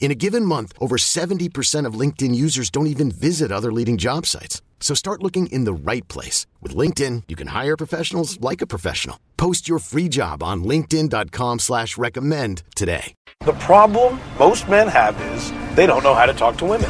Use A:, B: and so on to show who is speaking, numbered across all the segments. A: In a given month, over 70% of LinkedIn users don't even visit other leading job sites. So start looking in the right place. With LinkedIn, you can hire professionals like a professional. Post your free job on linkedin.com slash recommend today.
B: The problem most men have is they don't know how to talk to women.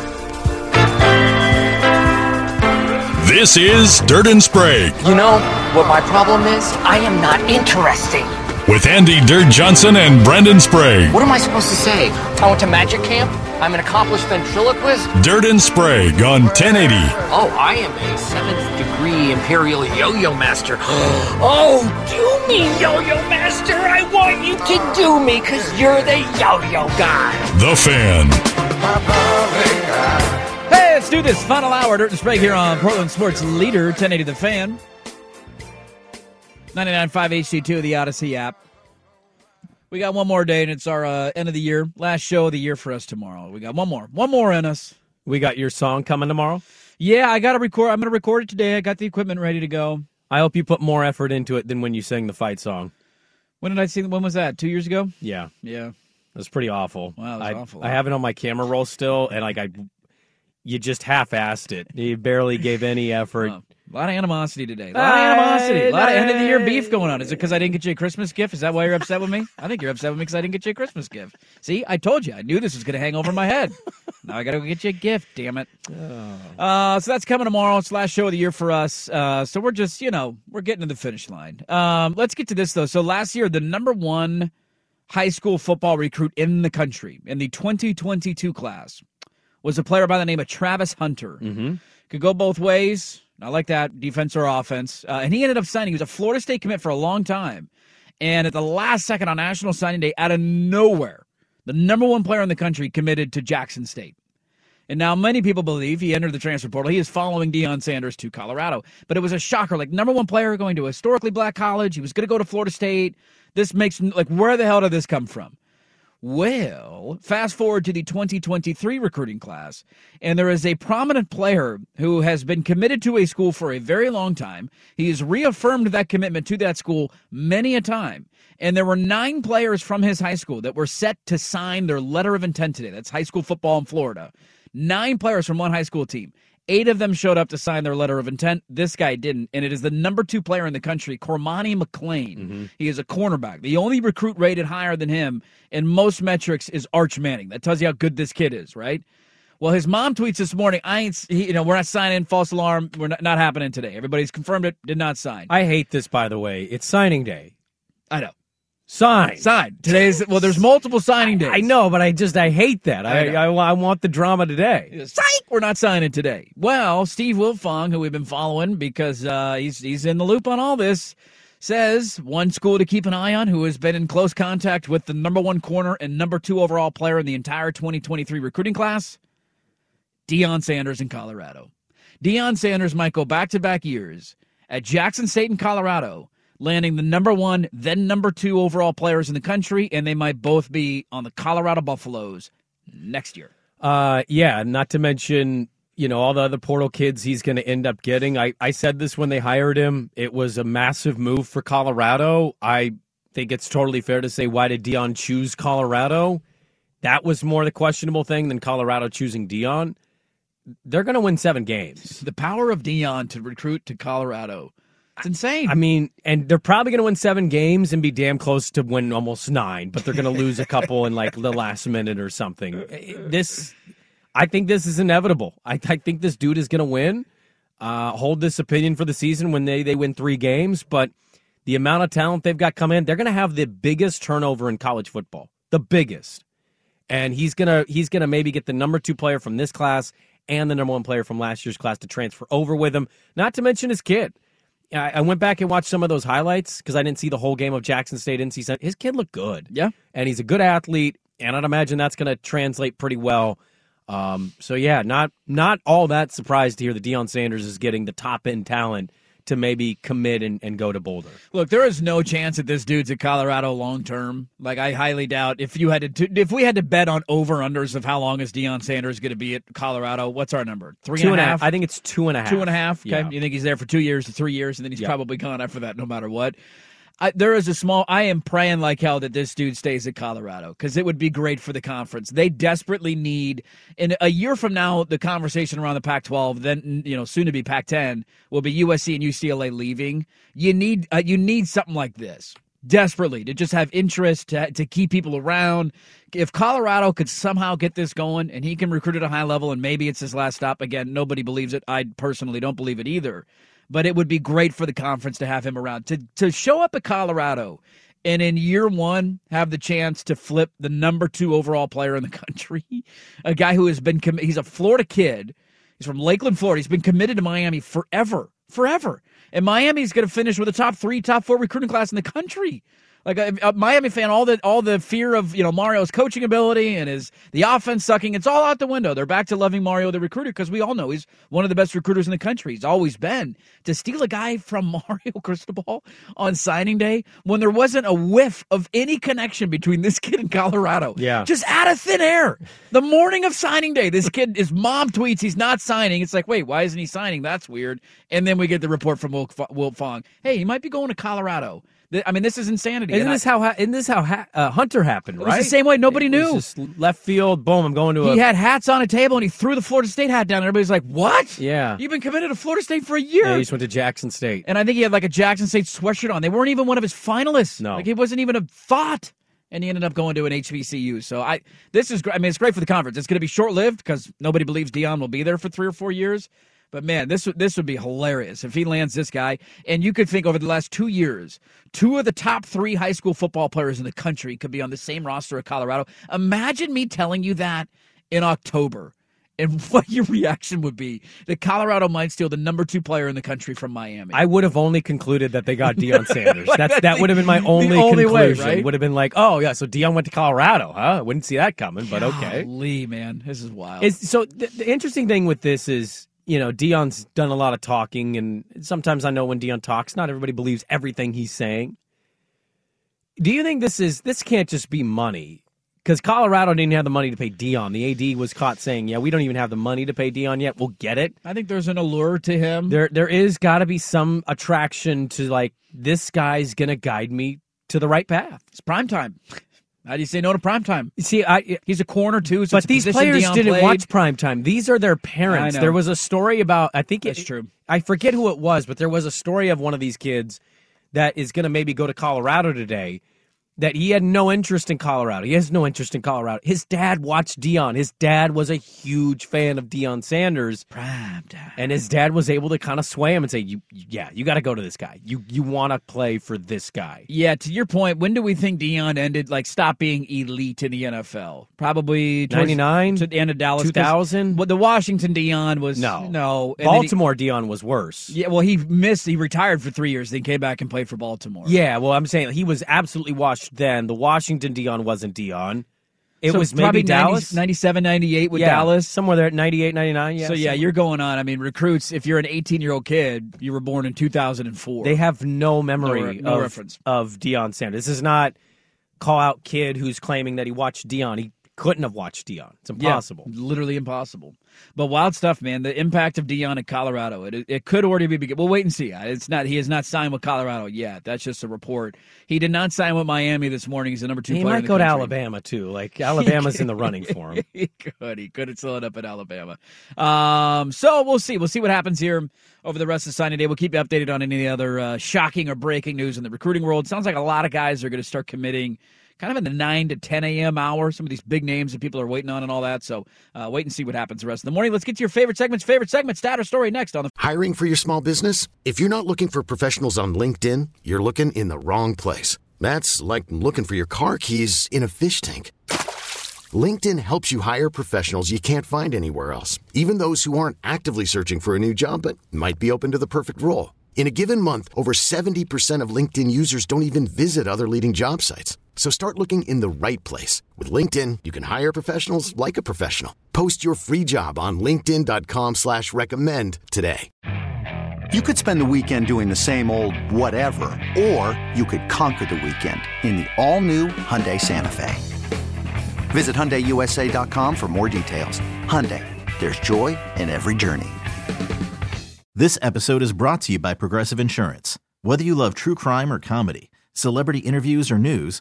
C: This is Dirt and Sprague
D: You know what my problem is? I am not interesting.
C: with Andy Dirt Johnson and Brendan Sprague.
D: What am I supposed to say? I went to magic camp. I'm an accomplished ventriloquist.
C: Dirt and Sprague on 1080.
D: Oh, I am a seventh degree imperial yo-yo master. oh, do me, yo-yo master. I want you to do me because you're the yo-yo guy.
C: The Fan.
E: Hey, let's do this. Final hour, Dirt and Sprague here on Portland Sports Leader, 1080 The Fan. 99.5 HD2 of the Odyssey app. We got one more day, and it's our uh, end of the year, last show of the year for us tomorrow. We got one more, one more in us.
F: We got your song coming tomorrow.
E: Yeah, I got to record. I'm going to record it today. I got the equipment ready to go.
F: I hope you put more effort into it than when you sang the fight song.
E: When did I see? When was that? Two years ago?
F: Yeah, it
E: Yeah.
F: was pretty awful.
E: Wow, that was
F: I,
E: awful.
F: I have it on my camera roll still, and like I, you just half-assed it. You barely gave any effort.
E: Oh, a lot of animosity today. A lot of animosity. A lot of end of the year beef going on. Is it because I didn't get you a Christmas gift? Is that why you're upset with me? I think you're upset with me because I didn't get you a Christmas gift. See, I told you. I knew this was going to hang over my head. now I got to go get you a gift, damn it. Uh, so that's coming tomorrow. It's the last show of the year for us. Uh, so we're just, you know, we're getting to the finish line. Um, let's get to this, though. So last year, the number one high school football recruit in the country in the 2022 class was a player by the name of Travis Hunter. Mm-hmm. Could go both ways. Not like that, defense or offense. Uh, and he ended up signing. He was a Florida State commit for a long time. And at the last second on National Signing Day, out of nowhere, the number one player in the country committed to Jackson State. And now many people believe he entered the transfer portal. He is following Deion Sanders to Colorado. But it was a shocker. Like, number one player going to a historically black college. He was going to go to Florida State. This makes, like, where the hell did this come from? Well, fast forward to the 2023 recruiting class, and there is a prominent player who has been committed to a school for a very long time. He has reaffirmed that commitment to that school many a time. And there were nine players from his high school that were set to sign their letter of intent today. That's high school football in Florida. Nine players from one high school team. Eight of them showed up to sign their letter of intent. This guy didn't, and it is the number two player in the country, Cormani McLean. He is a cornerback. The only recruit rated higher than him in most metrics is Arch Manning. That tells you how good this kid is, right? Well, his mom tweets this morning. I ain't, he, you know, we're not signing. False alarm. We're not, not happening today. Everybody's confirmed it. Did not sign.
F: I hate this, by the way. It's signing day.
E: I know.
F: Sign.
E: Sign today's. Well, there's multiple signing days.
F: I know, but I just I hate that. I
E: I know.
F: I, I want the drama today.
E: Psych! We're not signing today. Well, Steve Wilfong, who we've been following because uh, he's he's in the loop on all this, says one school to keep an eye on who has been in close contact with the number one corner and number two overall player in the entire 2023 recruiting class, Deion Sanders in Colorado. Deion Sanders might go back to back years at Jackson State in Colorado, landing the number one, then number two overall players in the country, and they might both be on the Colorado Buffaloes next year.
F: Uh, yeah, not to mention, you know, all the other portal kids he's going to end up getting. I, I said this when they hired him. It was a massive move for Colorado. I think it's totally fair to say, why did Dion choose Colorado? That was more the questionable thing than Colorado choosing Dion. They're going to win seven games.
E: the power of Dion to recruit to Colorado. It's insane.
F: I mean, and they're probably going to win seven games and be damn close to win almost nine, but they're going to lose a couple in like the last minute or something. This, I think this is inevitable. I, I think this dude is going to win. Uh, hold this opinion for the season when they, they win three games, but the amount of talent they've got come in, they're going to have the biggest turnover in college football, the biggest. And he's gonna he's gonna maybe get the number two player from this class and the number one player from last year's class to transfer over with him. Not to mention his kid. I, I went back and watched some of those highlights because I didn't see the whole game of Jackson State. Didn't see some, his kid looked good.
E: Yeah.
F: and he's a good athlete, and I'd imagine that's going to translate pretty well. Um, so yeah, not not all that surprised to hear that Deion Sanders is getting the top end talent to maybe commit and, and go to Boulder.
E: Look, there is no chance that this dude's at Colorado long term. Like I highly doubt if you had to if we had to bet on over unders of how long is Deion Sanders going to be at Colorado. What's our number? Three
F: Two
E: and a half.
F: I think it's two and a half.
E: Two and a half. Okay,
F: Yeah.
E: you think he's there for two years to three years, and then he's
F: Yeah.
E: probably gone after that, no matter what. I, there is a small. I am praying like hell that this dude stays at Colorado because it would be great for the conference. They desperately need. In a year from now, the conversation around the Pac-12, then you know, soon to be Pac-10, will be USC and UCLA leaving. You need uh, you need something like this desperately to just have interest to, to keep people around if colorado could somehow get this going and he can recruit at a high level and maybe it's his last stop again nobody believes it i personally don't believe it either but it would be great for the conference to have him around to to show up at colorado and in year one have the chance to flip the number two overall player in the country a guy who has been commi- he's a florida kid He's from Lakeland, Florida. He's been committed to Miami forever, forever. And Miami's going to finish with a top three, top four recruiting class in the country. Like uh, a, a Miami fan, all the all the fear of you know Mario's coaching ability and his the offense sucking, it's all out the window. They're back to loving Mario the recruiter because we all know he's one of the best recruiters in the country. He's always been. To steal a guy from Mario Cristobal on signing day when there wasn't a whiff of any connection between this kid and Colorado,
F: Yeah.
E: just out of thin air. The morning of signing day, this kid, his mom tweets he's not signing. It's like, wait, why isn't he signing? That's weird. And then we get the report from Wilt, Wilt Fong. Hey, he might be going to Colorado. Th- I mean, this is insanity.
F: Isn't
E: And I-
F: this how ha- isn't this how ha- uh, Hunter happened?
E: It
F: right,
E: was the same way. Nobody
F: It
E: knew.
F: was just left field. Boom! I'm going to a.
E: he had hats on a table and he threw the Florida State hat down. And everybody's like, what?
F: Yeah.
E: You've been committed to Florida State for a year.
F: Yeah, he just went to Jackson State.
E: and I think he had like a Jackson State sweatshirt on. They weren't even one of his finalists.
F: No.
E: like he wasn't even a thought. And he ended up going to an HBCU. So I, this is, gr- I mean, it's great for the conference. It's going to be short lived because nobody believes Dion will be there for three or four years. But man, this would this would be hilarious if he lands this guy. And you could think over the last two years, two of the top three high school football players in the country could be on the same roster at Colorado. Imagine me telling you that in October and what your reaction would be that Colorado might steal the number two player in the country from Miami.
F: I would have only concluded that they got Deion Sanders.
E: Like,
F: That's
E: that's
F: that
E: the-
F: would have been my
E: the
F: only,
E: only way,
F: conclusion.
E: right?
F: Would have been like, oh yeah, so Deion went to Colorado, huh? Wouldn't see that coming, but okay.
E: Golly, man, this is wild.
F: It's, so the, the interesting thing with this is, you know, Dion's done a lot of talking, and sometimes I know when Dion talks, not everybody believes everything he's saying. Do you think this is this can't just be money? Because Colorado didn't have the money to pay Dion. The AD was caught saying, "Yeah, we don't even have the money to pay Dion yet. We'll get it."
E: I think there's an allure to him.
F: there there is got to be some attraction to like this guy's gonna guide me to the right path.
E: it's prime time. How do you say no to prime time?
F: You See, I.
E: He's a corner too. So
F: But
E: it's a
F: these
E: position
F: players
E: Deion
F: didn't
E: played.
F: watch primetime. These are their parents.
E: I know.
F: There was a story about I think it-
E: That's true.
F: I forget who it was, but there was a story of one of these kids that is going to maybe go to Colorado today. That he had no interest in Colorado. He has no interest in Colorado. His dad watched Dion. His dad was a huge fan of Deion Sanders.
E: prime time.
F: and his dad was able to kind of sway him and say, "You, yeah, you got to go to this guy. You, you want to play for this guy."
E: Yeah, to your point, when do we think Dion ended like stop being elite in the NFL? Probably towards-
F: 99?
E: to the end of Dallas 'cause
F: 2000?
E: What the Washington Dion was
F: No,
E: no and then he-
F: Baltimore Dion was worse.
E: yeah, well, he missed. He retired for three years, then came back and played for Baltimore.
F: Yeah, well, I'm saying he was absolutely washed then. The Washington Dion wasn't Dion. It
E: So
F: was
E: probably
F: maybe Dallas,
E: 90, 97, 98 with
F: Yeah,
E: Dallas.
F: somewhere there at 98, 99. Yeah,
E: so yeah,
F: somewhere.
E: you're going on. I mean, recruits. If you're an 18 year old kid, you were born in 2004.
F: They have no memory
E: No re- no
F: of,
E: reference.
F: of Dion Sanders. This is not call out kid who's claiming that he watched Dion. He couldn't have watched Dion. It's
E: Yeah,
F: impossible.
E: literally impossible. But wild stuff, man. The impact of Dion at Colorado. It it could already be. begin- We'll wait and see. It's not. He has not signed with Colorado yet. That's just a report. He did not sign with Miami this morning. He's the number two.
F: He
E: player in
F: might
E: the
F: go to
E: country.
F: Alabama too. Like Alabama's in the running for him.
E: he could. He could. It's still up at Alabama. Um, so we'll see. We'll see what happens here over the rest of the signing day. We'll keep you updated on any other uh, shocking or breaking news in the recruiting world. Sounds like a lot of guys are going to start committing kind of in the 9 to 10 a.m. hour. Some of these big names that people are waiting on and all that. So uh, wait and see what happens the rest of the morning. Let's get to your favorite segments. Favorite segment, stat or story next on the.
A: Hiring for your small business? If you're not looking for professionals on LinkedIn, you're looking in the wrong place. That's like looking for your car keys in a fish tank. LinkedIn helps you hire professionals you can't find anywhere else, even those who aren't actively searching for a new job but might be open to the perfect role. In a given month, over 70% of LinkedIn users don't even visit other leading job sites. So start looking in the right place. With LinkedIn, you can hire professionals like a professional. Post your free job on linkedin.com/recommend slash recommend today.
G: You could spend the weekend doing the same old whatever, or you could conquer the weekend in the all-new Hyundai Santa Fe. Visit HyundaiUSA.com for more details. Hyundai, there's joy in every journey.
H: This episode is brought to you by Progressive Insurance. Whether you love true crime or comedy, celebrity interviews or news,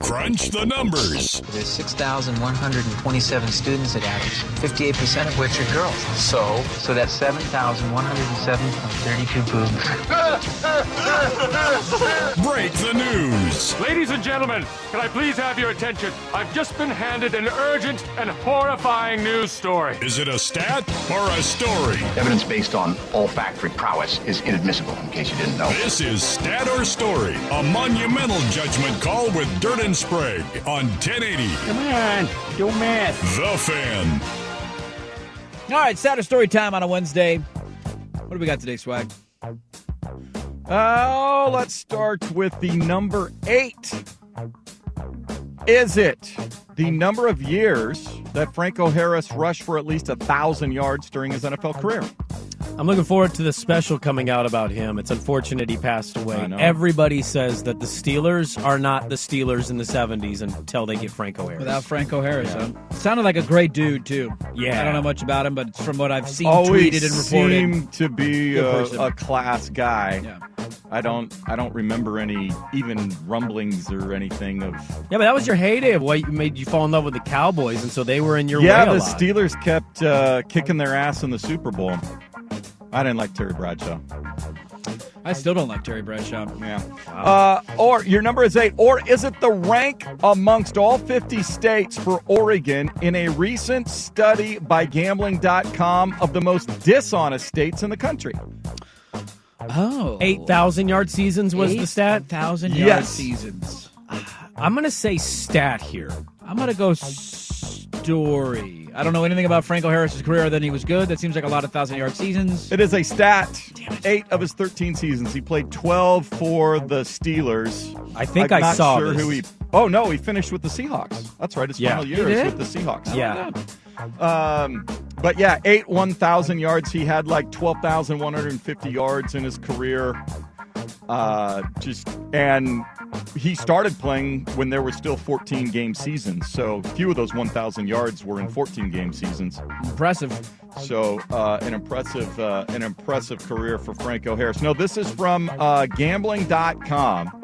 C: Crunch the numbers.
I: There's 6,127 students at Adams, 58% of which are girls. So? So that's 7,107.32 boobs.
C: Break the news.
J: Ladies and gentlemen, can I please have your attention? I've just been handed an urgent and horrifying news story.
C: Is it a stat or a story?
K: Evidence based on olfactory prowess is inadmissible, in case you didn't know.
C: This is Stat or Story, a monumental judgment call with Dirt and Sprague on 1080. Come on, do math. The Fan.
E: All right, Saturday story time on a Wednesday. What do we got today, Swag?
L: Oh, let's start with the number eight. Is it the number of years that Franco Harris rushed for at least a thousand yards during his NFL career?
F: I'm looking forward to the special coming out about him. It's unfortunate he passed away.
L: I know.
F: Everybody says that the Steelers are not the Steelers in the 70s until they get Franco Harris.
E: Without Franco Harris, huh? Sounded like a great dude, too.
F: Yeah.
E: I don't know much about him, but it's from what I've seen
L: Always
E: tweeted and reported.
L: seemed to be
E: Good
L: a,
E: person.
L: a class guy.
E: Yeah.
L: I don't I don't remember any even rumblings or anything of
F: yeah, but that was your heyday of what made you fall in love with the Cowboys, and so they were in your
L: yeah,
F: way a
L: the
F: lot.
L: Steelers kept uh, kicking their ass in the Super Bowl. I didn't like Terry Bradshaw.
E: I still don't like Terry Bradshaw.
L: Yeah. Uh, or your number is eight. Or is it the rank amongst all 50 states for Oregon in a recent study by gambling.com of the most dishonest states in the country?
E: Oh.
F: 8,000 yard seasons was the stat.
E: 8,000 yard
L: Yes.
E: seasons.
F: I'm going to say stat here.
E: I'm going to go story. I don't know anything about Franco Harris's career other than he was good. That seems like a lot of 1,000 yard seasons.
L: It is a stat. Eight of his 13 seasons. He played 12 for the Steelers.
F: I think
L: I'm
F: I
L: not
F: saw
L: sure
F: this.
L: who he. Oh, no, he finished with the Seahawks. That's right. His
F: Yeah.
L: final
F: He
L: year is
E: did?
L: with the Seahawks.
F: Yeah.
L: Um, but yeah, eight 1,000 yards. He had like 12,150 yards in his career. Uh, just and he started playing when there were still 14 game seasons. So few of those 1,000 yards were in 14 game seasons.
E: Impressive.
L: So uh, an impressive uh, an impressive career for Franco Harris. No, this is from uh, gambling.com.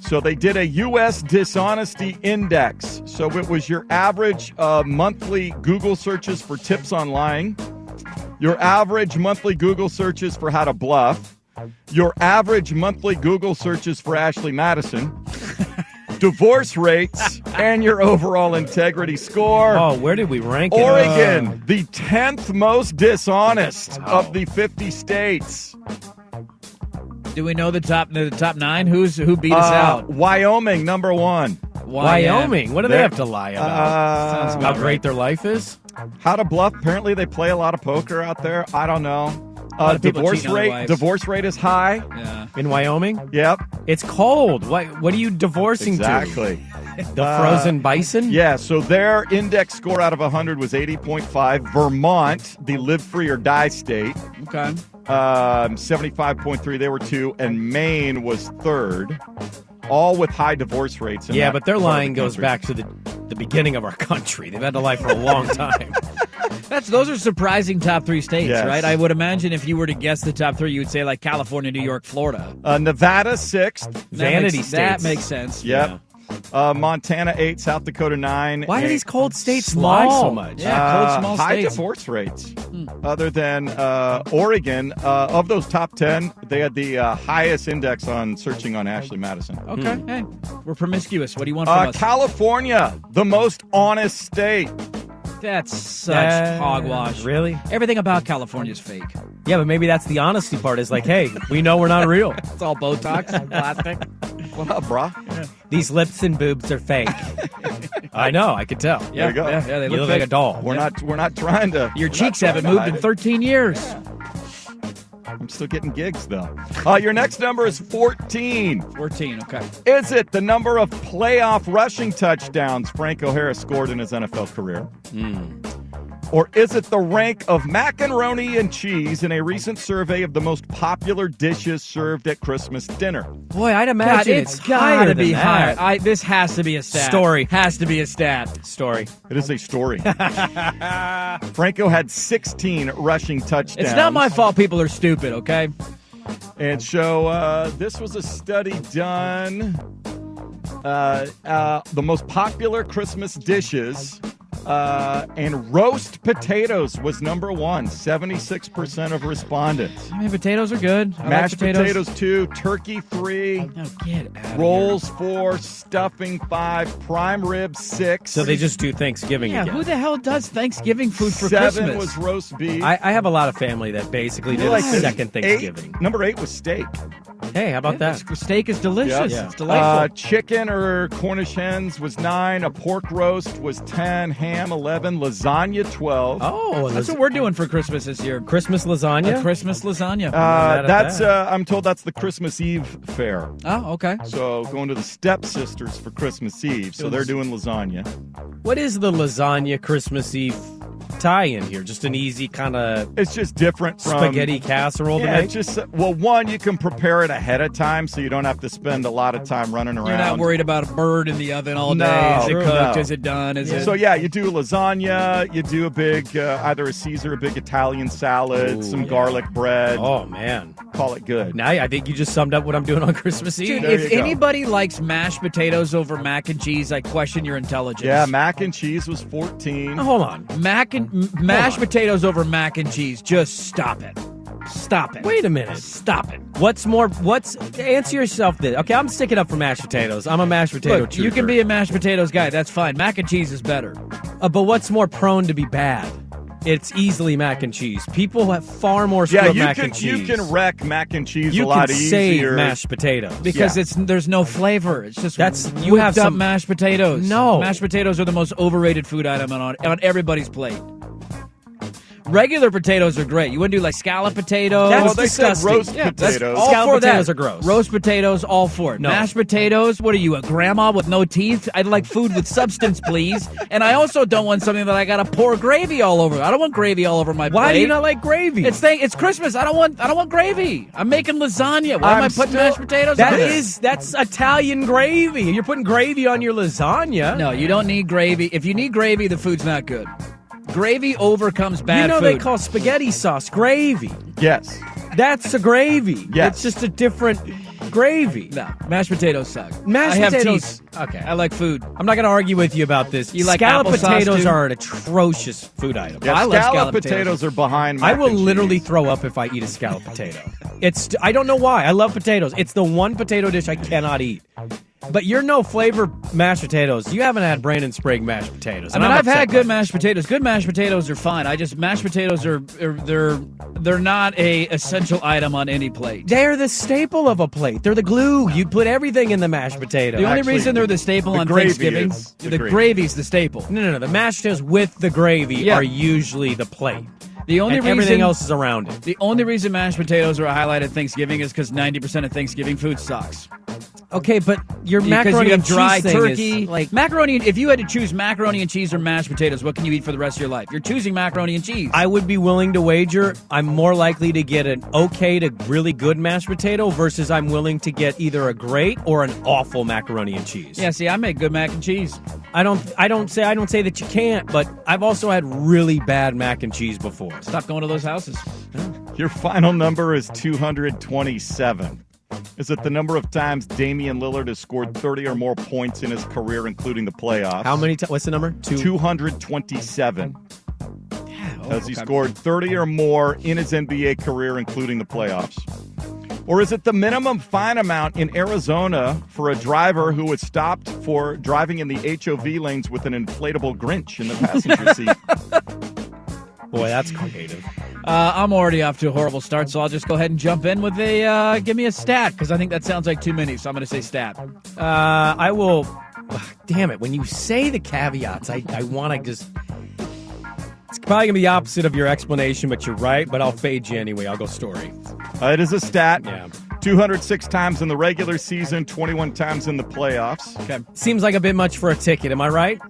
L: So they did a U.S. dishonesty index. So it was your average uh, monthly Google searches for tips on lying, your average monthly Google searches for how to bluff, your average monthly Google searches for Ashley Madison, divorce rates, and your overall integrity score.
F: Oh, where did we rank it? Uh,
L: Oregon, the 10th most dishonest
F: Oh.
L: of the 50 states.
E: Do we know the top the top nine? Who's Who beat us
L: Uh,
E: out?
L: Wyoming, number one.
F: Wyoming. What do they
L: There-
F: have to lie about?
L: Uh,
F: How great their life is?
L: how to bluff. Apparently, they play a lot of poker out there. I don't know.
E: lot
L: Uh,
E: of people
L: divorce
E: cheating on their
L: rate.
E: wives.
L: Divorce rate is high.
E: Yeah.
F: In Wyoming?
L: Yep.
F: It's cold. What, what are you divorcing
L: Exactly. Uh,
F: to? The
E: Uh,
F: frozen bison?
L: Yeah. So their index score out of 100 was 80.5. Vermont, the live free or die state,
E: Okay.
L: um, 75.3. They were two, and Maine was third. All with high divorce rates. in
F: Yeah,
L: that
F: but their
L: part of the
F: lying goes
L: country.
F: back to the the beginning of our country. They've had to lie for a long time.
E: That's those are surprising top three states,
F: Yes.
E: right? I would imagine if you were to guess the top three, you would say like California, New York, Florida.
L: Uh, Nevada sixth,
E: Vanity makes- that states. makes sense.
L: Yep. Uh, Montana eight, South Dakota nine.
F: Why do
L: and-
F: these cold states lie so much?
L: Uh, high divorce rates.
E: Hmm.
L: Other than uh, Oregon, uh, of those top ten, they had the uh, highest index on searching on Ashley Madison. Hmm.
E: Okay, hey, we're promiscuous. What do you want from
L: Uh,
E: us?
L: California, the most honest state.
E: That's such
F: Uh,
E: hogwash.
F: really?
E: Everything about California is fake.
F: Yeah, but maybe that's the honesty part. Is like, hey, we know we're not real.
E: It's all Botox and plastic.
L: What up, brah?
F: These lips and boobs are fake. I know. I could tell.
L: There you go.
F: Yeah, yeah, they look, like a doll.
L: We're not. We're not trying to.
E: Your
L: we're not
E: cheeks
L: trying
E: haven't
L: to
E: moved
L: hide
E: in
L: it.
E: 13 years.
L: I'm still getting gigs though. Uh, your next number is 14.
E: 14, okay.
L: Is it the number of playoff rushing touchdowns Frank O'Hara scored in his NFL career?
E: Hmm.
L: Or is it the rank of macaroni and cheese in a recent survey of the most popular dishes served at Christmas dinner?
F: Boy, I'd
E: God,
F: imagine
E: it's
F: it's
E: gotta
F: higher than
E: be
F: that.
E: higher. I, this has to be a stat.
F: Story.
E: has to be a stat.
F: Story.
L: It is a story. Franco had 16 rushing touchdowns.
E: It's not my fault. People are stupid. Okay.
L: And so uh, this was a study done. Uh, uh, the most popular Christmas dishes. Uh, and roast potatoes was number one, 76% of respondents.
E: I mean, potatoes are good. I like
L: Mashed
E: potatoes.
L: potatoes. two, turkey three,
E: No, get out. of
L: rolls four, stuffing five, prime rib six.
F: So they just do Thanksgiving
E: here. Yeah,
F: again.
E: who the hell does Thanksgiving food for
L: seven
E: Christmas?
L: was roast beef.
F: I, I have a lot of family that basically
L: You
F: did
L: like
F: a
L: this?
F: second Thanksgiving.
L: Eight- number eight was steak.
F: Hey, how about
E: Yeah,
F: that?
E: Steak is delicious.
L: Yeah.
E: It's delightful.
L: Uh, chicken or Cornish hens was nine. A pork roast was ten. Ham eleven. Lasagna twelve. Uh,
F: Oh,
E: That's
F: las-
E: what we're doing for Christmas this year.
F: Christmas lasagna.
E: A Christmas lasagna.
L: Uh,
F: at
L: that's
F: that.
L: uh, I'm told that's the Christmas Eve fair.
E: oh, okay.
L: So going to the stepsisters for Christmas Eve. So they're doing lasagna.
F: what is the lasagna Christmas Eve tie-in here? Just an easy kind of
L: It's just different from
F: spaghetti casserole
L: Yeah,
F: to make.
L: it's just uh, well, one you can prepare it ahead of time, so you don't have to spend a lot of time running around.
E: You're not worried about a bird in the oven all
L: No,
E: day. Is it
L: true.
E: cooked?
L: No.
E: Is it done? Is it?
L: So yeah, you do lasagna, you do a big uh, either a Caesar, a big Italian salad,
F: Ooh,
L: some
F: yeah.
L: garlic bread.
F: oh man,
L: Call it good.
F: now I think you just summed up what I'm doing on Christmas Eve.
E: Dude,
L: There you
E: if
L: go.
E: anybody likes mashed potatoes over mac and cheese, I question your intelligence.
L: Yeah, mac and cheese was 14.
F: Now, hold on.
E: mac and m- mashed
F: on.
E: potatoes over mac and cheese. Just stop it. Stop it.
F: Wait a minute.
E: Stop it.
F: What's more? What's answer yourself this? Okay, I'm sticking up for mashed potatoes. I'm a mashed potato.
E: Look, you can be a mashed potatoes guy. That's fine. Mac and cheese is better.
F: Uh, but what's more prone to be bad? It's easily mac and cheese. People have far more screw
L: yeah,
F: up
L: you
F: mac
L: can
F: and cheese.
L: you can wreck mac and cheese
F: You
L: a lot
F: can
L: easier.
F: save mashed potatoes.
E: Because
L: Yeah.
E: it's there's no flavor. It's just
F: That's-
E: whipped
F: you have
E: up
F: some-
E: mashed potatoes.
F: No.
E: mashed potatoes are the most overrated food item on on everybody's plate. Regular potatoes are great. You wouldn't do like scallop potatoes.
F: That's
L: well, they said
F: disgusting.
L: roast
F: Yeah, that's
L: potatoes.
F: all-
E: all
F: Scallop
E: for that.
F: potatoes are gross.
E: Roast potatoes, all for it.
F: No.
E: Mashed potatoes. What are you, a grandma with no teeth? I'd like food with substance, please. And I also don't want something that I gotta pour gravy all over. I don't want gravy all over my
F: Why
E: plate.
F: do you not like gravy?
E: It's thing. It's Christmas. I don't want. I don't want gravy. I'm making lasagna. Why am
F: I'm
E: I putting
F: still-
E: mashed potatoes?
F: That
E: on there?
F: is that's Italian gravy. You're putting gravy on your lasagna.
E: No, you don't need gravy. If you need gravy, the food's not good. Gravy overcomes bad
F: you know
E: food.
F: they call spaghetti sauce gravy.
L: yes.
F: That's a gravy.
L: Yes.
F: It's just a different gravy.
E: no, mashed potatoes suck.
F: Mashed
E: I have
F: potatoes-
E: teeth.
F: okay.
E: I like food.
F: I'm not going to argue with you about this.
E: You like
F: scallop
E: applesauce,
F: potatoes
E: dude?
F: are an atrocious food item.
L: Yeah,
E: I love
L: scallop,
E: scallop
L: potatoes
E: potatoes.
L: are behind
F: I
L: mac
F: will
L: and
F: literally
L: cheese.
F: throw up if I eat a scallop potato. It's I don't know why. I love potatoes. It's the one potato dish I cannot eat. But you're no flavor mashed potatoes. You haven't had Brandon Sprague mashed potatoes.
E: I
F: and
E: mean,
F: I'm
E: I've
F: upset
E: had
F: by
E: good
F: that.
E: mashed potatoes. Good mashed potatoes are fine. I just mashed potatoes are, are they're they're not a essential item on any plate.
F: They're the staple of a plate. They're the glue. You put everything in the mashed potato.
E: The only
L: Actually,
E: reason they're the staple
L: the
E: on
L: gravy
E: Thanksgiving,
L: is the
E: the,
L: gravy.
E: gravy's the staple.
F: no, no, no. The mashed potatoes with the gravy
E: Yeah.
F: are usually the plate.
E: The only
F: and
E: reason
F: everything else is around it.
E: The only reason mashed potatoes are a highlight at Thanksgiving is because 90% of Thanksgiving food sucks.
F: Okay, but your
E: Because
F: macaroni
E: you have
F: and cheese
E: dry
F: thing is-
E: turkey, like macaroni. and- If you had to choose macaroni and cheese or mashed potatoes, what can you eat for the rest of your life? You're choosing macaroni and cheese.
F: I would be willing to wager I'm more likely to get an okay to really good mashed potato versus I'm willing to get either a great or an awful macaroni and cheese.
E: Yeah, see, I make good mac and cheese.
F: I don't I don't say I don't say that you can't, but I've also had really bad mac and cheese before.
E: Stop going to those houses.
L: Your final number is 227. Is it the number of times Damian Lillard has scored 30 or more points in his career, including the playoffs?
F: How many times? What's the number? Two.
L: 227. Has he scored 30 or more in his NBA career, including the playoffs? Or is it the minimum fine amount in Arizona for a driver who was stopped for driving in the HOV lanes with an inflatable Grinch in the passenger seat?
F: Boy, that's creative.
E: Uh, I'm already off to a horrible start, so I'll just go ahead and jump in with a uh, give me a stat because I think that sounds like too many. So I'm going to say stat.
F: Uh, I will. Damn it! When you say the caveats, I, I want to just. It's probably gonna be the opposite of your explanation, but you're right. But I'll fade you anyway. I'll go story.
L: Uh, it is a stat.
F: Yeah.
L: 206 times in the regular season, 21 times in the playoffs.
F: Okay. Seems like a bit much for a ticket. Am I right?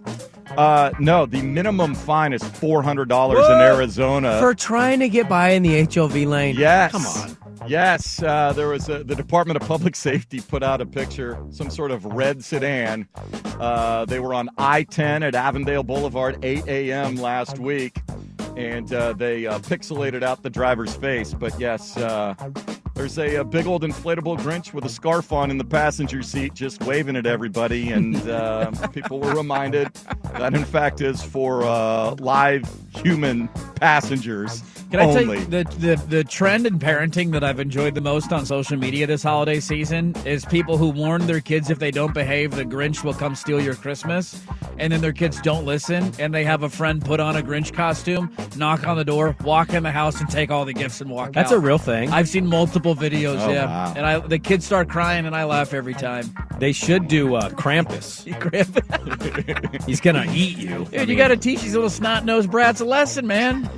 L: Uh, no, the minimum fine is $400 in
F: What?
L: Arizona.
F: for trying to get by in the HOV lane.
L: Yes.
F: Come on.
L: Yes, uh, there was a, the Department of Public Safety put out a picture, some sort of red sedan. Uh, they were on I 10 at Avondale Boulevard, 8 a.m. last week, and uh, they uh, pixelated out the driver's face. But yes, uh, there's a, a big old inflatable Grinch with a scarf on in the passenger seat, just waving at everybody. And uh, people were reminded that, in fact, is for uh, live human passengers.
E: Can I
L: only.
E: tell you the, the the trend in parenting that I've enjoyed the most on social media this holiday season is people who warn their kids if they don't behave, the Grinch will come steal your Christmas, and then their kids don't listen, and they have a friend put on a Grinch costume, knock on the door, walk in the house, and take all the gifts and walk
F: That's
E: out.
F: a real thing.
E: I've seen multiple videos,
F: Oh,
E: yeah,
F: wow.
E: and I the kids start crying, and I laugh every time.
F: They should do uh, Krampus. He's gonna eat you.
E: Dude, you got to teach these little snot nosed brats a lesson, man.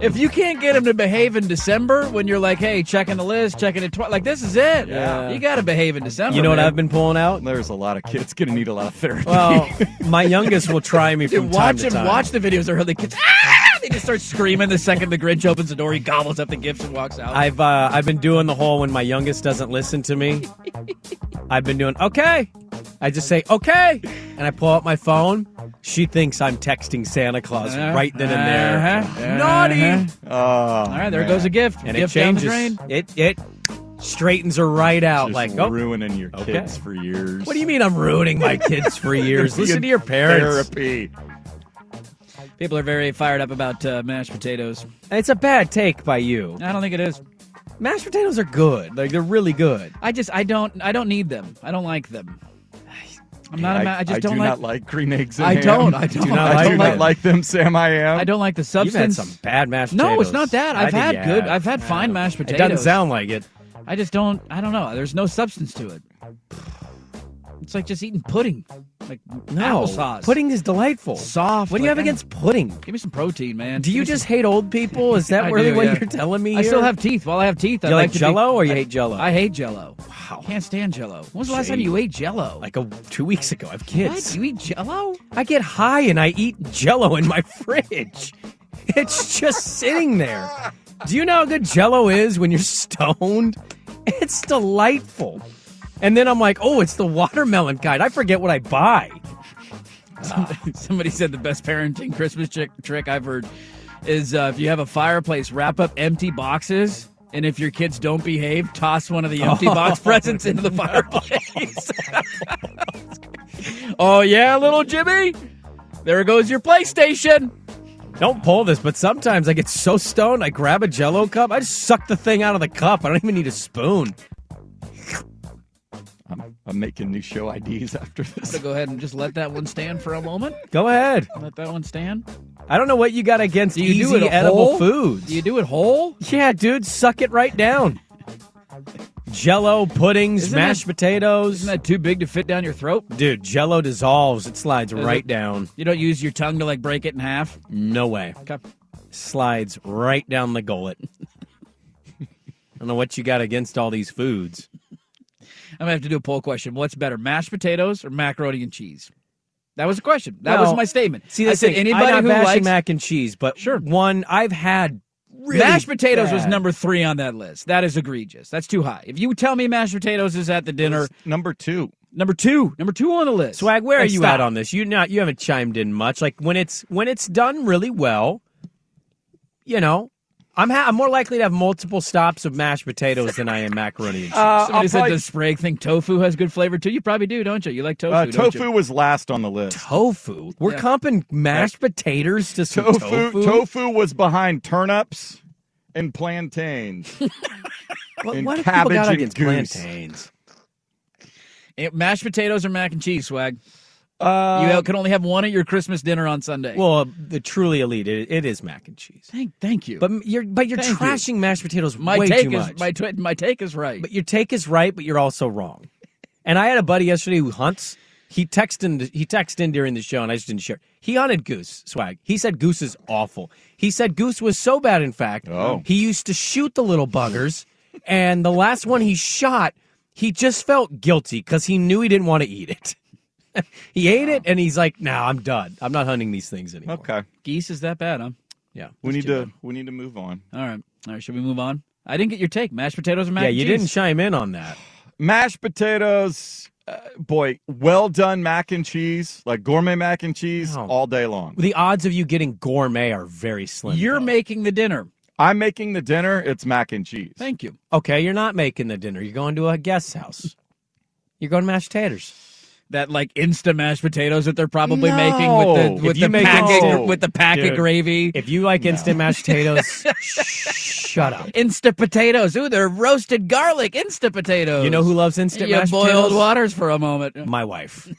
E: if you can't get them to behave in December when you're like, hey, checking the list, checking it twice, like this is it.
F: Yeah.
E: You got to behave in December.
F: You know what
E: man.
F: I've been pulling out?
L: There's a lot of kids gonna need a lot of therapy.
F: Well, my youngest will try me
E: Dude,
F: from time
E: watch
F: to
E: him.
F: time.
E: Watch the videos. They're the kids. Ah! They just start screaming the second the Grinch opens the door. He gobbles up the gifts and walks out.
F: I've uh, I've been doing the whole when my youngest doesn't listen to me. I've been doing okay. I just say okay, and I pull out my phone. She thinks I'm texting Santa Claus
E: Uh-huh.
F: right then and there.
E: Uh-huh.
F: Naughty.
E: Uh-huh.
L: Oh, All
E: right, there goes a gift.
F: And
E: Gift
F: it
E: down the
F: changes.
E: drain.
F: It it straightens her right out.
L: Just
F: like, oh,
L: ruining your
F: okay.
L: kids for years.
F: What do you mean I'm ruining my kids for years? Listen to your parents.
L: Therapy.
E: People are very fired up about uh, mashed potatoes.
F: It's a bad take by you.
E: I don't think it is.
F: Mashed potatoes are good. Like they're really good.
E: I just I don't I don't need them. I don't like them. I'm not. a ma- I just
L: I
E: don't
L: do
E: like.
L: not like green eggs. And
E: I
L: ham.
E: don't. I don't.
L: Do not
E: I
L: I
E: don't
L: do
E: like
L: not like them. Sam, I am.
E: I don't like the
F: You've had
E: substance.
F: some bad mashed potatoes.
E: no, it's not that.
F: I
E: I've
F: think
E: had
F: you
E: good.
F: have.
E: I've had fine mashed
F: It
E: potatoes.
F: doesn't sound like it.
E: I just don't. I don't know. There's no substance to it. It's like just eating pudding, like
F: No,
E: applesauce.
F: pudding is delightful.
E: soft.
F: What do you
E: like,
F: have
E: I-
F: against pudding?
E: Give me some protein, man.
F: Do
E: Give
F: you
E: me
F: just
E: some-
F: hate old people? Is that
E: I
F: really
E: do,
F: what
E: yeah.
F: you're telling me?
E: I still
F: here?
E: have teeth. While I have teeth,
F: Do
E: I
F: you like
E: to be-
F: Jell-O or you hate Jell-O?
E: I hate Jello.
F: Wow.
E: Can't stand Jello. When was the last time you ate Jello?
F: Like a, two weeks ago, I have
E: what?
F: kids.
E: You eat Jello?
F: I get high and I eat Jello in my fridge. It's just sitting there. Do you know how good Jello is when you're stoned? It's delightful. And then I'm like, oh, it's the watermelon kind. I forget what I buy.
E: Somebody said the best parenting Christmas trick, trick I've heard is uh, if you have a fireplace, wrap up empty boxes. And if your kids don't behave, toss one of the empty box presents into the fireplace. oh, yeah, little Jimmy. There goes your PlayStation.
F: Don't pull this, but sometimes I get so stoned, I grab a Jello cup, I just suck the thing out of the cup. I don't even need a spoon.
L: I'm, I'm making new show IDs after
E: So
L: this.
E: go ahead and just let that one stand for a moment.
F: Go ahead.
E: Let that one stand.
F: I don't know what you got against
E: Do you do
F: easy
E: it
F: edible
E: whole?
F: foods.
E: Do you do it whole?
F: Yeah, dude, suck it right down. Jello puddings,
E: Isn't
F: mashed potatoes.
E: Isn't that too big to fit down your throat?
F: dude, Jello dissolves. It slides
E: Is
F: right
E: it?
F: down.
E: You don't use your tongue to like break it in half.
F: No way.
E: Okay.
F: Slides right down the gullet. I don't know what you got against all these foods.
E: I'm gonna have to do a poll question. What's better, mashed potatoes or macaroni and cheese? That was the question. That
F: No.
E: was my statement.
F: See,
E: I
F: that's
E: said
F: the thing.
E: anybody
F: I'm not
E: who
F: bashing
E: likes
F: mac and cheese, but sure. One I've had really
E: mashed potatoes was
F: bad.
E: number three on that list. That is egregious. That's too high. If you tell me mashed potatoes is at the dinner,
L: number two,
E: number two, number two on the list.
F: Swag, where are
E: And
F: you
E: stop. Uh,
F: at on this? You not you haven't chimed in much. Like when it's when it's done really well, you know, I'm ha- I'm more likely to have multiple stops of mashed potatoes than I am macaroni and cheese.
E: Somebody said the Sprague thing. Tofu has good flavor too. You probably do, don't you? You like tofu?
L: Uh,
E: don't
L: tofu
E: you?
L: was last on the list.
F: Tofu. We're
E: Yeah.
F: comping mashed potatoes to some
L: Tofu,
F: tofu.
L: tofu. was behind turnips and plantains.
F: What,
L: and
F: what have people
L: cabbage
F: got
L: and
F: against
L: goose.
F: plantains?
E: Eh, mashed potatoes or mac and cheese, swag.
L: Uh,
E: you can only have one at your Christmas dinner on Sunday.
F: Well, the truly elite, it, it is mac and cheese.
E: thank, thank you.
F: But you're but you're
E: Thank you.
F: trashing mashed potatoes
E: my
F: way
E: take
F: too
E: is
F: much.
E: my twi- my take is right.
F: But your take is right, but you're also wrong. And I had a buddy yesterday who hunts. He texted in, he texted in during the show, and I just didn't share. He hunted goose swag. He said goose is awful. He said goose was so bad. In fact,
L: Oh.
F: he used to shoot the little buggers, and the last one he shot, he just felt guilty because he knew he didn't want to eat it. he ate it, and he's like, "Now nah, I'm done. I'm not hunting these things anymore."
L: Okay,
E: Geese is that bad, huh?
F: Yeah,
L: we need
E: too
L: to we need to move on.
E: All right, all right. Should we move on? I didn't get your take. Mashed potatoes or mac?
F: yeah,
E: and
F: you
E: cheese?
F: didn't chime in on that.
L: Mashed potatoes, uh, boy, well done mac and cheese, like gourmet mac and cheese,
F: No.
L: all day long.
F: The odds of you getting gourmet are very slim.
E: You're
F: though.
E: making the dinner.
L: I'm making the dinner. It's mac and cheese.
E: Thank you.
F: Okay, you're not making the dinner. You're going to a guest house. You're going to mashed taters.
E: That like insta mashed potatoes that they're probably
L: No.
E: making with
L: If
E: the with
F: you
E: the
F: make
E: packet
L: it-
E: with the packet
F: Dude.
E: gravy.
F: If you like instant mashed potatoes, sh- shut up.
E: Insta potatoes. Ooh, they're roasted garlic insta potatoes.
F: You know who loves instant
E: you
F: mashed
E: boiled
F: potatoes?
E: waters for a moment.
F: My wife.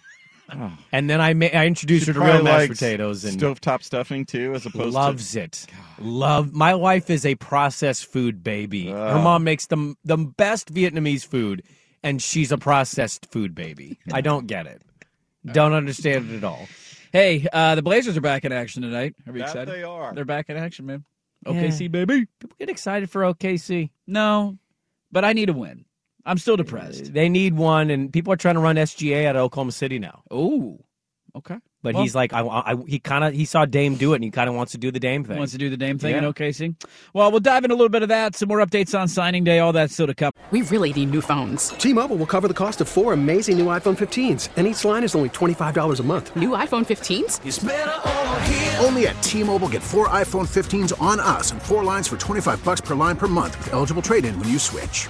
F: and then I ma- I introduced her to real mashed potatoes and
L: stovetop stuffing too, as opposed
F: loves it. Love. My wife is a processed food baby. Her mom makes the the best Vietnamese food, and she's a processed food baby. I don't get it. Don't understand it at all.
E: Hey, uh, the Blazers are back in action tonight. Are
L: to.
E: we
L: That
E: excited?
L: they are.
E: They're back in action, man.
F: Yeah.
E: OKC, baby.
F: People get excited for OKC.
E: No, but I need a win. I'm still depressed.
F: They need one, and people are trying to run SGA out of Oklahoma City now.
E: Oh, okay.
F: But
E: Well-
F: he's like, I, I he kind of he saw Dame do it, and he kind of wants to do the Dame thing.
E: Wants to do the damn thing
F: Yeah.
E: in OKC. Well, we'll dive into a little bit of that. Some more updates on signing day. All that still to come.
M: We really need new phones.
N: T-Mobile will cover the cost of four amazing new iPhone 15s, and each line is only $25 a month.
M: New iPhone 15s?
O: Only at T-Mobile, get four iPhone 15s on us and four lines for 25 bucks per line per month with eligible trade-in when you switch.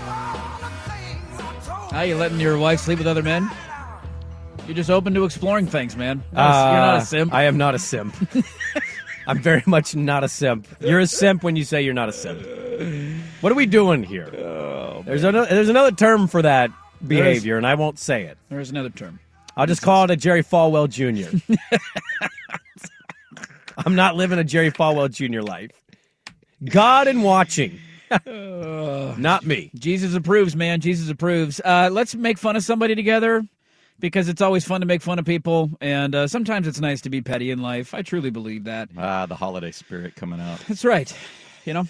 E: How you letting your wife sleep with other men? You're just open to exploring things, man. You're not a-
F: Uh,
E: you're not a simp.
F: I am not a simp. I'm very much not a simp. You're a simp when you say you're not a simp. What are we doing here?
E: Oh,
F: there's another there's another term for that behavior, and I won't say it.
E: There's another term.
F: I'll just call it a Jerry Falwell Jr. I'm not living a Jerry Falwell Jr. life. God and watching. Not me.
E: Jesus approves, man. Jesus approves. Uh, let's make fun of somebody together because it's always fun to make fun of people. And uh, sometimes it's nice to be petty in life. I truly believe that.
L: Ah, the holiday spirit coming up.
E: That's right. You know,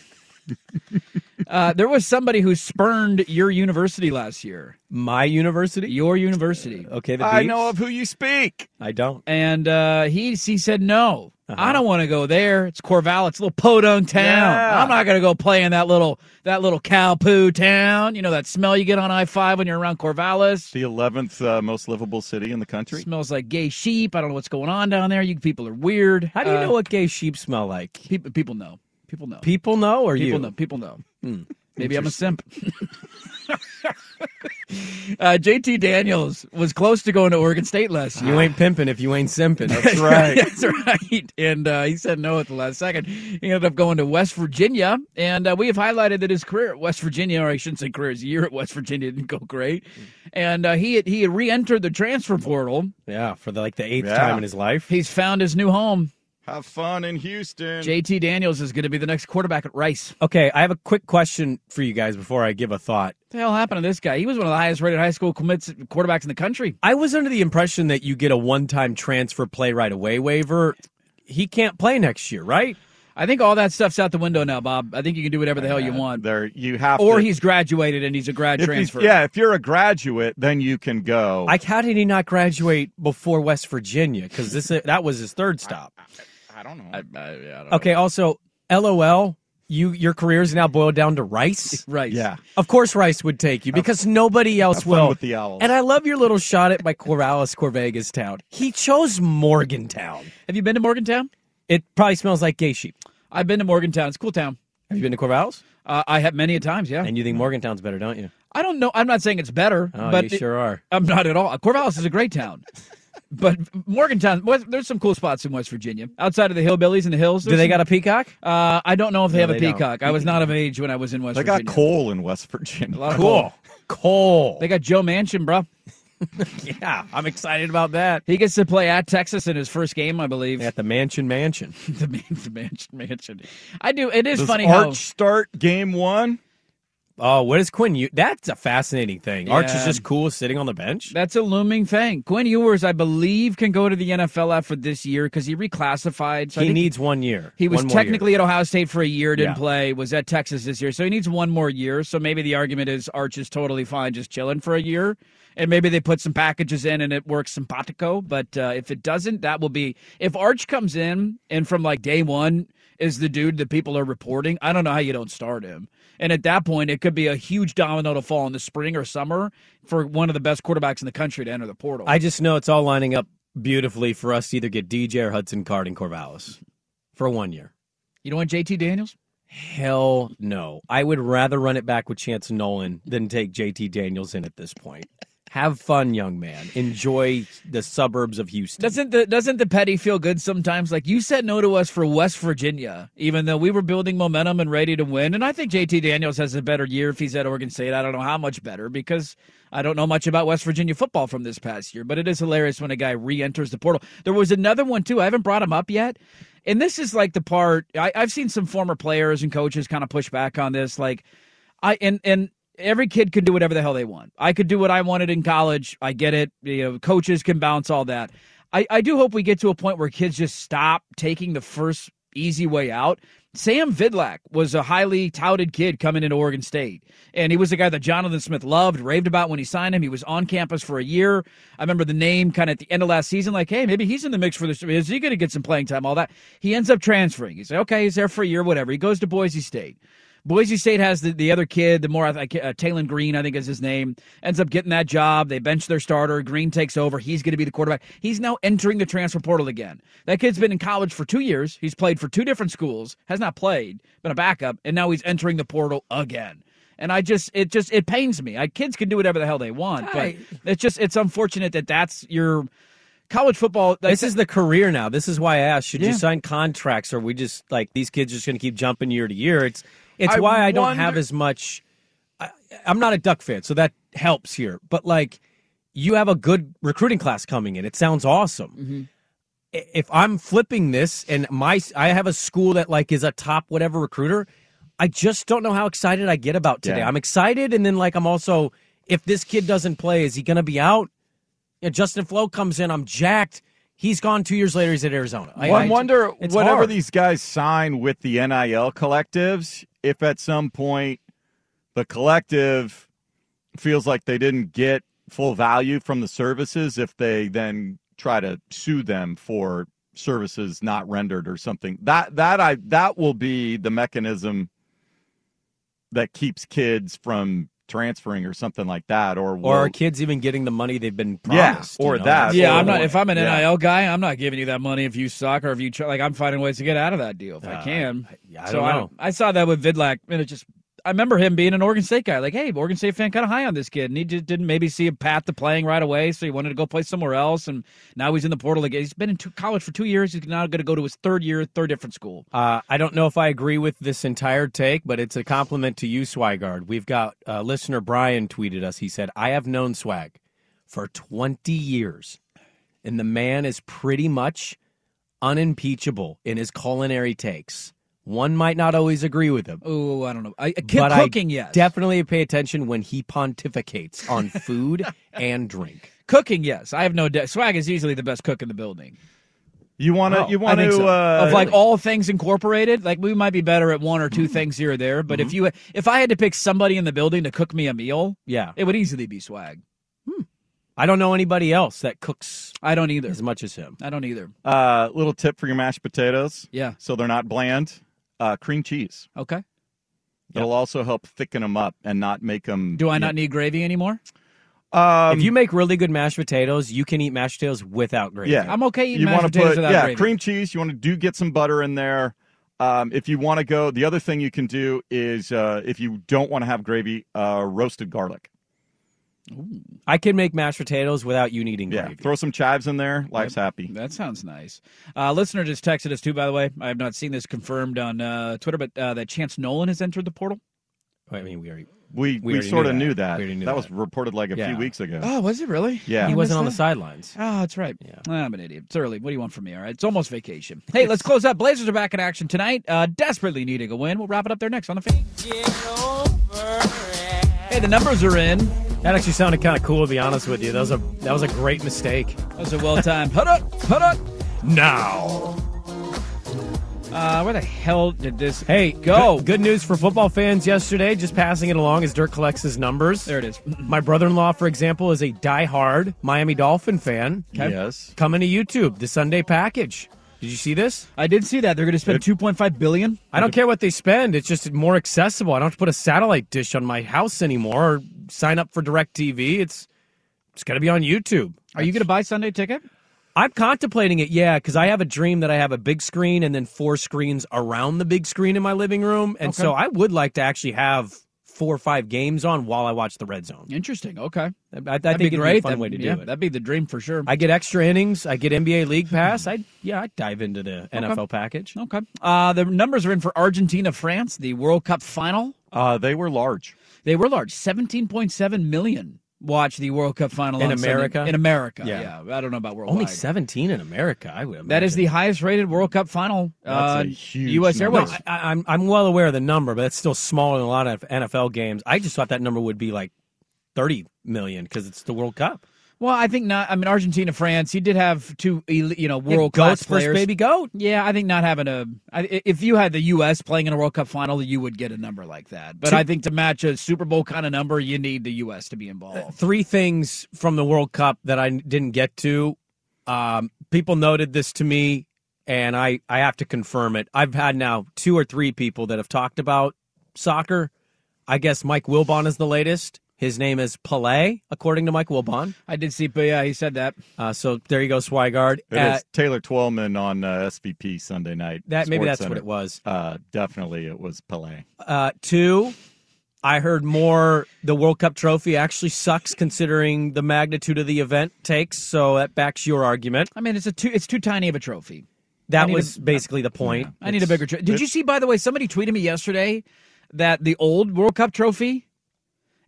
E: Uh, there was somebody who spurned your university last year.
F: My university?
E: Your university.
F: Okay, the
L: I know of who you speak.
F: I don't.
E: And uh, he he said no.
L: Uh-huh.
E: I don't want to go there. It's Corvallis, it's a little podunk town.
F: Yeah.
E: I'm not going to go play in that little that little cow poo town. You know that smell you get on I five when you're around Corvallis.
L: The 11th uh, most livable city in the country.
E: Smells like gay sheep. I don't know what's going on down there. You people are weird.
F: How do you know what gay sheep smell like?
E: People people know. People know.
F: People know, or
E: people
F: you?
E: know. People know.
L: Hmm.
E: Maybe I'm a simp. uh, JT Daniels was close to going to Oregon State last year.
F: You ain't pimping if you ain't simping. That's
E: That's right. And uh, he said no at the last second. He ended up going to West Virginia, and uh, we have highlighted that his career at West Virginia, or I shouldn't say career, his year at West Virginia didn't go great. And uh, he had, he had re-entered the transfer portal.
F: Yeah, for the, like the eighth
E: Yeah.
F: time in his life.
E: He's found his new home.
L: Have fun in Houston.
E: JT Daniels is going to be the next quarterback at Rice.
F: Okay, I have a quick question for you guys before I give a thought.
E: What the hell happened to this guy? He was one of the highest-rated high school commits quarterbacks in the country.
F: I was under the impression that you get a one-time transfer play right away waiver. He can't play next year, right?
E: I think all that stuff's out the window now, Bob. I think you can do whatever the hell you want.
L: Uh, There, you have
E: or
L: to-
E: he's graduated and he's a grad
L: If you-
E: transfer.
L: yeah, if you're a graduate, then you can go.
F: Like, how did he not graduate before West Virginia? Because this that was his third stop.
L: I don't know. I,
F: Okay. Also, LOL. You your career's now boiled down to Rice.
E: Rice.
L: Yeah.
F: Of course, Rice would take you because nobody else
L: Have fun
F: will.
L: with the Owls.
F: And I love your little shot at my Corvallis Corvegas town. He chose Morgantown.
E: Have you been to Morgantown?
F: It probably smells like gay sheep.
E: I've been to Morgantown. It's a cool town.
F: Have you been to Corvallis?
E: Uh, I have many a times, yeah.
F: And you think Morgantown's better, don't you?
E: I don't know. I'm not saying it's better,
F: Oh,
E: but
F: you sure are.
E: I'm Um, not at all. Corvallis is a great town, but Morgantown. West, there's some cool spots in West Virginia outside of the hillbillies and the hills.
F: Do they got a peacock?
E: Uh, I don't know if they
F: No,
E: have a
F: they don't.
E: peacock. I was not of age when I was in West
L: They got
E: Virginia.
L: coal in West
E: A
L: Virginia.
E: lot of
L: Coal.
E: coal.
F: Coal.
E: They got Joe Manchin, bro.
F: yeah, I'm excited about that.
E: He gets to play at Texas in his first game, I believe.
F: At the Mansion Mansion.
E: the man, the Manchin, Manchin. I do. It is
L: Does
E: funny
L: Arch
E: how
L: start game one?
F: Oh, what is Quinn? You that's a fascinating thing. Arch is
E: Yeah.
F: just cool sitting on the bench.
E: That's a looming thing. Quinn Ewers, I believe, can go to the NFL after this year because he reclassified. So I
F: he
E: think
F: needs one year.
E: He was
F: One more year.
E: technically at Ohio State for a year, didn't
F: Yeah.
E: play, was at Texas this year. So he needs one more year. So maybe the argument is Arch is totally fine just chilling for a year. And maybe they put some packages in and it works simpatico. But uh, if it doesn't, that will be. If Arch comes in and from like day one is the dude that people are reporting, I don't know how you don't start him. And at that point, it could be a huge domino to fall in the spring or summer for one of the best quarterbacks in the country to enter the portal.
F: I just know it's all lining up beautifully for us to either get DJ or Hudson Card in Corvallis for one year.
E: you don't want JT Daniels?
F: Hell no. I would rather run it back with Chance Nolan than take JT Daniels in at this point. Have fun, young man. Enjoy the suburbs of Houston.
E: Doesn't the doesn't the petty feel good sometimes? Like you said no to us for West Virginia, even though we were building momentum and ready to win. And I think JT Daniels has a better year if he's at Oregon State. I don't know how much better because I don't know much about West Virginia football from this past year. But it is hilarious when a guy re-enters the portal. There was another one too. I haven't brought him up yet. And this is like the part I, I've seen some former players and coaches kind of push back on this. Like I and and every kid could do whatever the hell they want. I could do what I wanted in college. I get it. You know, coaches can bounce all that. I, I do hope we get to a point where kids just stop taking the first easy way out. Sam Vidlak was a highly touted kid coming into Oregon State, and he was a guy that Jonathan Smith loved, raved about when he signed him. He was on campus for a year. I remember the name kind of at the end of last season, like, hey, maybe he's in the mix for this. Is he going to get some playing time? All that. He ends up transferring. He's like, okay, he's there for a year, whatever. He goes to Boise State. Boise State has the, the other kid, the more I think, uh, Taylon Green, I think is his name, ends up getting that job. They bench their starter. Green takes over. He's going to be the quarterback. He's now entering the transfer portal again. That kid's been in college for two years. He's played for two different schools, has not played, been a backup, and now he's entering the portal again. And I just, it just, it pains me. I, kids can do whatever the hell they want, but
F: Right.
E: it's just, it's unfortunate that that's your college football.
F: this is the career now. This is why I asked: Should
E: Yeah.
F: you sign contracts, or we just like these kids just going to keep jumping year to year? It's it's
E: I
F: why I don't have
E: wonder-
F: as much. I, I'm not a Duck fan, so that helps here. But like, you have a good recruiting class coming in. It sounds awesome.
E: Mm-hmm.
F: I- If I'm flipping this, and my s- I have a school that like is a top whatever recruiter, I just don't know how excited I get about today.
L: Yeah.
F: I'm excited, and then like I'm also, if this kid doesn't play, is he going to be out? Yeah, Justin Flo comes in. I'm jacked. He's gone two years later. He's at Arizona.
L: I, wonder
F: it's
L: whatever
F: hard.
L: these guys sign with the NIL collectives, if at some point the collective feels like they didn't get full value from the services, if they then try to sue them for services not rendered or something, that that I that will be the mechanism that keeps kids from transferring or something like that, or
F: Or are
L: will-
F: kids even getting the money they've been
L: Yeah,
F: promised?
L: or that,
E: Yeah,
L: or-
E: I'm not. If I'm an
L: Yeah.
E: NIL guy, I'm not giving you that money if you suck or if you try, like. I'm finding ways to get out of that deal if
F: Uh,
E: I can.
F: I
E: so
F: don't
E: I,
F: know.
E: I saw that with Vidlac, and it just. I remember him being an Oregon State guy. Like, hey, Oregon State fan, kind of high on this kid, and he just didn't maybe see a path to playing right away, so he wanted to go play somewhere else. And now he's in the portal again. He's been in two, college for two years. He's now going to go to his third year, third different school.
F: Uh, I don't know if I agree with this entire take, but it's a compliment to you, Swigard. We've got uh, listener Brian tweeted us. He said, I have known Swag for 20 years, and the man is pretty much unimpeachable in his culinary takes. One might not always agree with him.
E: Oh, I don't know. I, I keep
F: but
E: cooking,
F: I
E: yes.
F: definitely pay attention when he pontificates on food and drink.
E: Cooking, yes. I have no doubt. Swag is easily the best cook in the building.
L: You want to?
E: Oh,
L: you want
E: I
L: to?
E: think so.
L: uh,
E: of like all things incorporated? Like we might be better at one or
L: Mm-hmm.
E: two things here or there, but if you if I had to pick somebody in the building to cook me a meal,
F: Yeah.
E: it would easily be swag.
F: I don't know anybody else that cooks
E: I don't either.
F: as much as him.
E: I don't either.
L: Uh, little tip for your mashed potatoes.
E: Yeah.
L: So they're not bland. Uh, cream cheese.
E: Okay.
L: It'll also help thicken them up and not make them.
E: Do I not need gravy anymore?
L: Um,
F: if you make really good mashed potatoes, you can eat mashed potatoes without gravy.
L: Yeah.
E: I'm okay eating
L: you
E: mashed
L: wanna
E: potatoes
L: put,
E: without
L: yeah,
E: gravy.
L: cream cheese. You want to do get some butter in there. Um, if you want to go, the other thing you can do is uh, if you don't want to have gravy, uh, roasted garlic.
F: I can make mashed potatoes without you needing
L: Yeah.
F: gravy.
L: Throw some chives in there. Life's happy.
E: That sounds nice. Uh, listener just texted us too. By the way, I have not seen this confirmed on uh, Twitter, but uh, that Chance Nolan has entered the portal.
F: I mean, we already
L: We
F: We
L: we,
F: already
L: sort of
F: knew
L: knew
F: that.
L: that.
F: We already knew
L: that
F: that.
L: was reported like a
F: Yeah.
L: few weeks ago.
E: Oh, was it really?
L: Yeah.
F: he wasn't
L: You
E: missed
F: on the
E: that?
F: sidelines.
E: Oh, that's right. Ah, I'm an idiot. It's early. What do you want from me? All right. It's almost vacation. Hey, let's close up. Blazers are back in action tonight. Uh, desperately needing a win. We'll wrap it up there next on the fan. Hey, the numbers are in.
F: That actually sounded kind of cool, to be honest with you. That was a that was a great mistake. That
E: was a well timed. Put up, put up.
F: Now,
E: uh, where the hell did this?
F: Hey,
E: go.
F: Good, good news for football fans yesterday. Just passing it along as Dirk collects his numbers. There
E: it is.
F: My brother-in-law, for example, is a die-hard Miami Dolphin fan.
L: Yes.
F: Coming to YouTube the Sunday package. Did you see this?
E: I did see that. They're going to spend 2.5 billion.
F: I don't care what they spend. It's just more accessible. I don't have to put a satellite dish on my house anymore or sign up for direct TV. It's it's going to be on YouTube.
E: Are you going to buy Sunday ticket?
F: I'm contemplating it, yeah, because I have a dream that I have a big screen and then four screens around the big screen in my living room. And
E: Okay.
F: so I would like to actually have four or five games on while I watch the red zone.
E: Interesting. Okay.
F: I, I
E: That'd
F: think
E: be
F: it'd
E: great.
F: be a fun
E: That'd-
F: way to
E: yeah,
F: do it.
E: That'd be the dream for sure.
F: I get extra innings. I get NBA League Pass. I yeah, I dive into the NFL package.
E: Okay. Uh, the numbers are in for Argentina, France, the World Cup final.
L: Uh, they were large.
E: They were large. 17.7 million watch the World Cup final
F: In
E: on Sunday-
F: America?
E: In America, yeah.
F: Yeah.
E: I don't know about worldwide.
F: Only 17 in America. I would
E: that is
F: imagine.
E: the highest rated World Cup final. uh,
F: That's a
L: huge
E: U.S.
F: No,
E: Airways.
F: I, I- I'm I'm well aware of the number, but it's still smaller than a lot of NFL games. I just thought that number would be like 30 million because it's the World Cup.
E: Well, I think not. I mean, Argentina, France. You did have two, el- you know, world
F: goats
E: class
F: versus
E: players.
F: baby goat.
E: Yeah, I think not having a. I, if you had the U.S. playing in a World Cup final, you would get a number like that. But
F: Two-
E: I think to match a Super Bowl kind of number, you need the U.S. to be involved.
F: Three things from the World Cup that I didn't get to. Um, people noted this to me, and I I have to confirm it. I've had now two or three people that have talked about soccer. I guess Mike Wilbon is the latest. His name is Pele, according to Mike Wilbon.
E: I did see, but yeah, he said that.
F: Uh, so there you go, Swigard.
L: It is Taylor Twellman on uh, SVP Sunday night.
F: uh, That- maybe
L: Sports
F: that's what
L: Center.
F: it was.
L: Uh, definitely, it was Pele.
F: Uh, two, I heard more. The World Cup trophy actually sucks considering the magnitude of the event takes. So that backs your argument.
E: I mean, it's a too it's too tiny of a trophy. I
F: That
E: need
F: was
E: a-
F: basically the point.
E: I need a bigger trophy. Did you see, by the way, somebody tweeted me yesterday that the old World Cup trophy,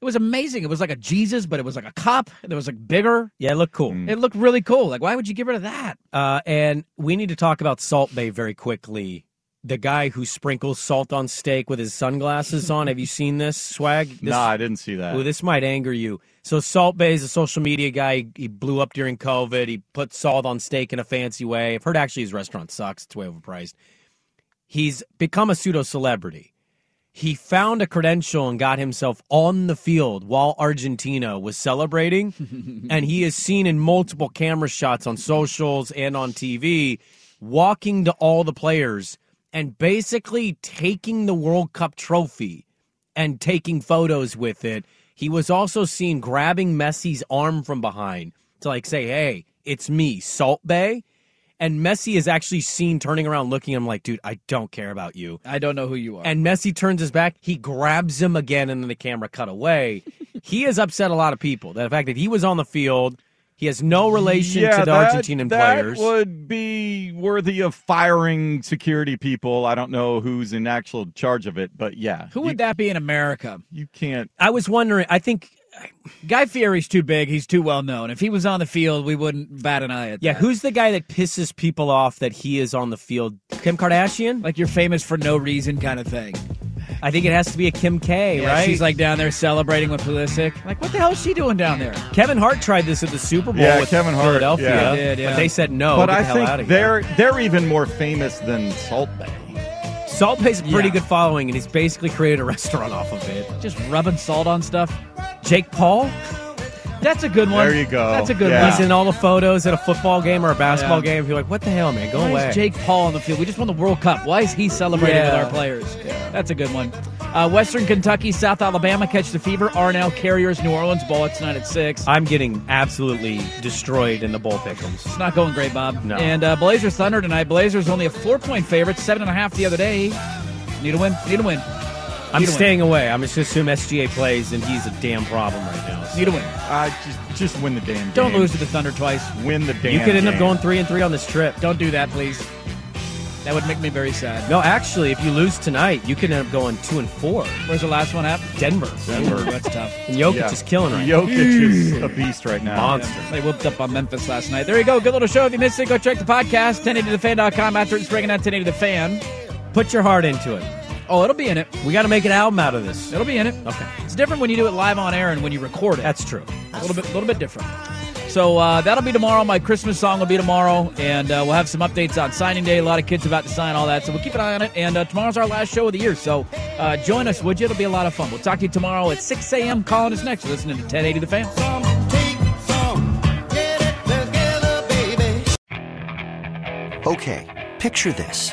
E: it was amazing. It was like a Jesus, but it was like a cup. and It was like bigger.
F: Yeah, it looked cool.
E: It looked really cool. Like, why would you get rid of that?
F: Uh, and we need to talk about Salt Bay very quickly. The guy who sprinkles salt on steak with his sunglasses on. Have you seen this swag? This,
L: nah, I didn't see that.
F: Ooh, this might anger you. So Salt Bay is a social media guy. He, he blew up during COVID. He put salt on steak in a fancy way. I've heard actually his restaurant sucks. It's way overpriced. He's become a pseudo celebrity, He found a credential and got himself on the field while Argentina was celebrating. and he is seen in multiple camera shots on socials and on TV walking to all the players and basically taking the World Cup trophy and taking photos with it. He was also seen grabbing Messi's arm from behind to like say, "Hey, it's me, Salt Bay." And Messi is actually seen turning around looking at him like, "Dude, I don't care about you."
E: I don't know who you are.
F: And Messi turns his back, he grabs him again and then the camera cut away. he has upset a lot of people. The fact that he was on the field, he has no relation
L: yeah,
F: to the
L: that,
F: Argentinian
L: that
F: players.
L: would be worthy of firing security people. I don't know who's in actual charge of it, but yeah,
E: Who would that be in America?
L: You can't.
F: I was wondering. I think
E: Guy Fieri's too big. He's too well known. If he was on the field, we wouldn't bat an eye at
F: Yeah,
E: that.
F: who's the guy that pisses people off that he is on the field? Kim Kardashian?
E: Like you're famous for no reason kind of thing.
F: I think it has to be a Kim K,
E: Yeah,
F: right?
E: She's like down there celebrating with Pulisic. Like, what the hell is she doing down there?
F: Kevin Hart tried this at the Super Bowl
L: yeah,
F: with
L: Kevin Hart.
F: Philadelphia,
L: yeah.
F: but they said no.
L: But
F: Oh, get
L: I
F: the hell
L: think
F: out of here.
L: they're they're even more famous than Salt Bay.
F: Salt Bay's a pretty
L: Yeah.
F: good following, and he's basically created a restaurant off of it.
E: Just rubbing salt on stuff.
F: Jake Paul,
E: That's a good one.
F: There you
L: go.
E: That's a good
L: Yeah.
E: one.
F: he's in all the photos at a football game or a basketball
E: Yeah.
F: game. You're like, what the hell, man? Go
E: Why
F: away.
E: is Jake Paul on the field? We just won the World Cup. Why is he celebrating
F: Yeah.
E: with our players? That's a good one. Uh, Western Kentucky, South Alabama, catch the fever. RNL Carriers, New Orleans, ball tonight at six.
F: I'm getting absolutely destroyed in the bowl pickums.
E: It's not going great, Bob.
F: No.
E: And uh, Blazers Thunder tonight. Blazers only a four-point favorite, seven and a half the other day. Need a win. Need a win.
F: I'm
E: Need a win.
F: staying away. I'm just gonna assume SGA plays, and he's a damn problem right now.
E: Need a win.
L: Uh, just just win the damn.
E: Don't
F: game.
E: lose to the Thunder twice.
L: Win the damn.
F: you could end up
L: game.
F: going three and three on this trip.
E: Don't do that, please. That would make me very sad.
F: No, actually, if you lose tonight, you could end up going two and four.
E: Where's the last one at?
F: Denver.
L: Denver.
E: Ooh, that's tough.
F: And Jokic
L: Yeah.
F: is killing right now.
L: Jokic is a beast right now.
F: Monster.
E: They whooped up on Memphis last night. There you go. Good little show. If you missed it, go check the podcast, 1080thefan.com. After it's breaking out 1080 The Fan.
F: Put your heart into it.
E: Oh, it'll be in it.
F: We got to make an album out of this.
E: It'll be in it.
F: Okay.
E: It's different when you do it live on air and when you record it.
F: That's true.
E: a little bit, little bit different. So uh, that'll be tomorrow. My Christmas song will be tomorrow, and uh, we'll have some updates on signing day. A lot of kids about to sign, all that. So we'll keep an eye on it. And uh, tomorrow's our last show of the year, so uh, join us, would you? It'll be a lot of fun. We'll talk to you tomorrow at 6 a.m. Calling us next. You're Listening to 1080 The Fan.
A: Okay, picture this.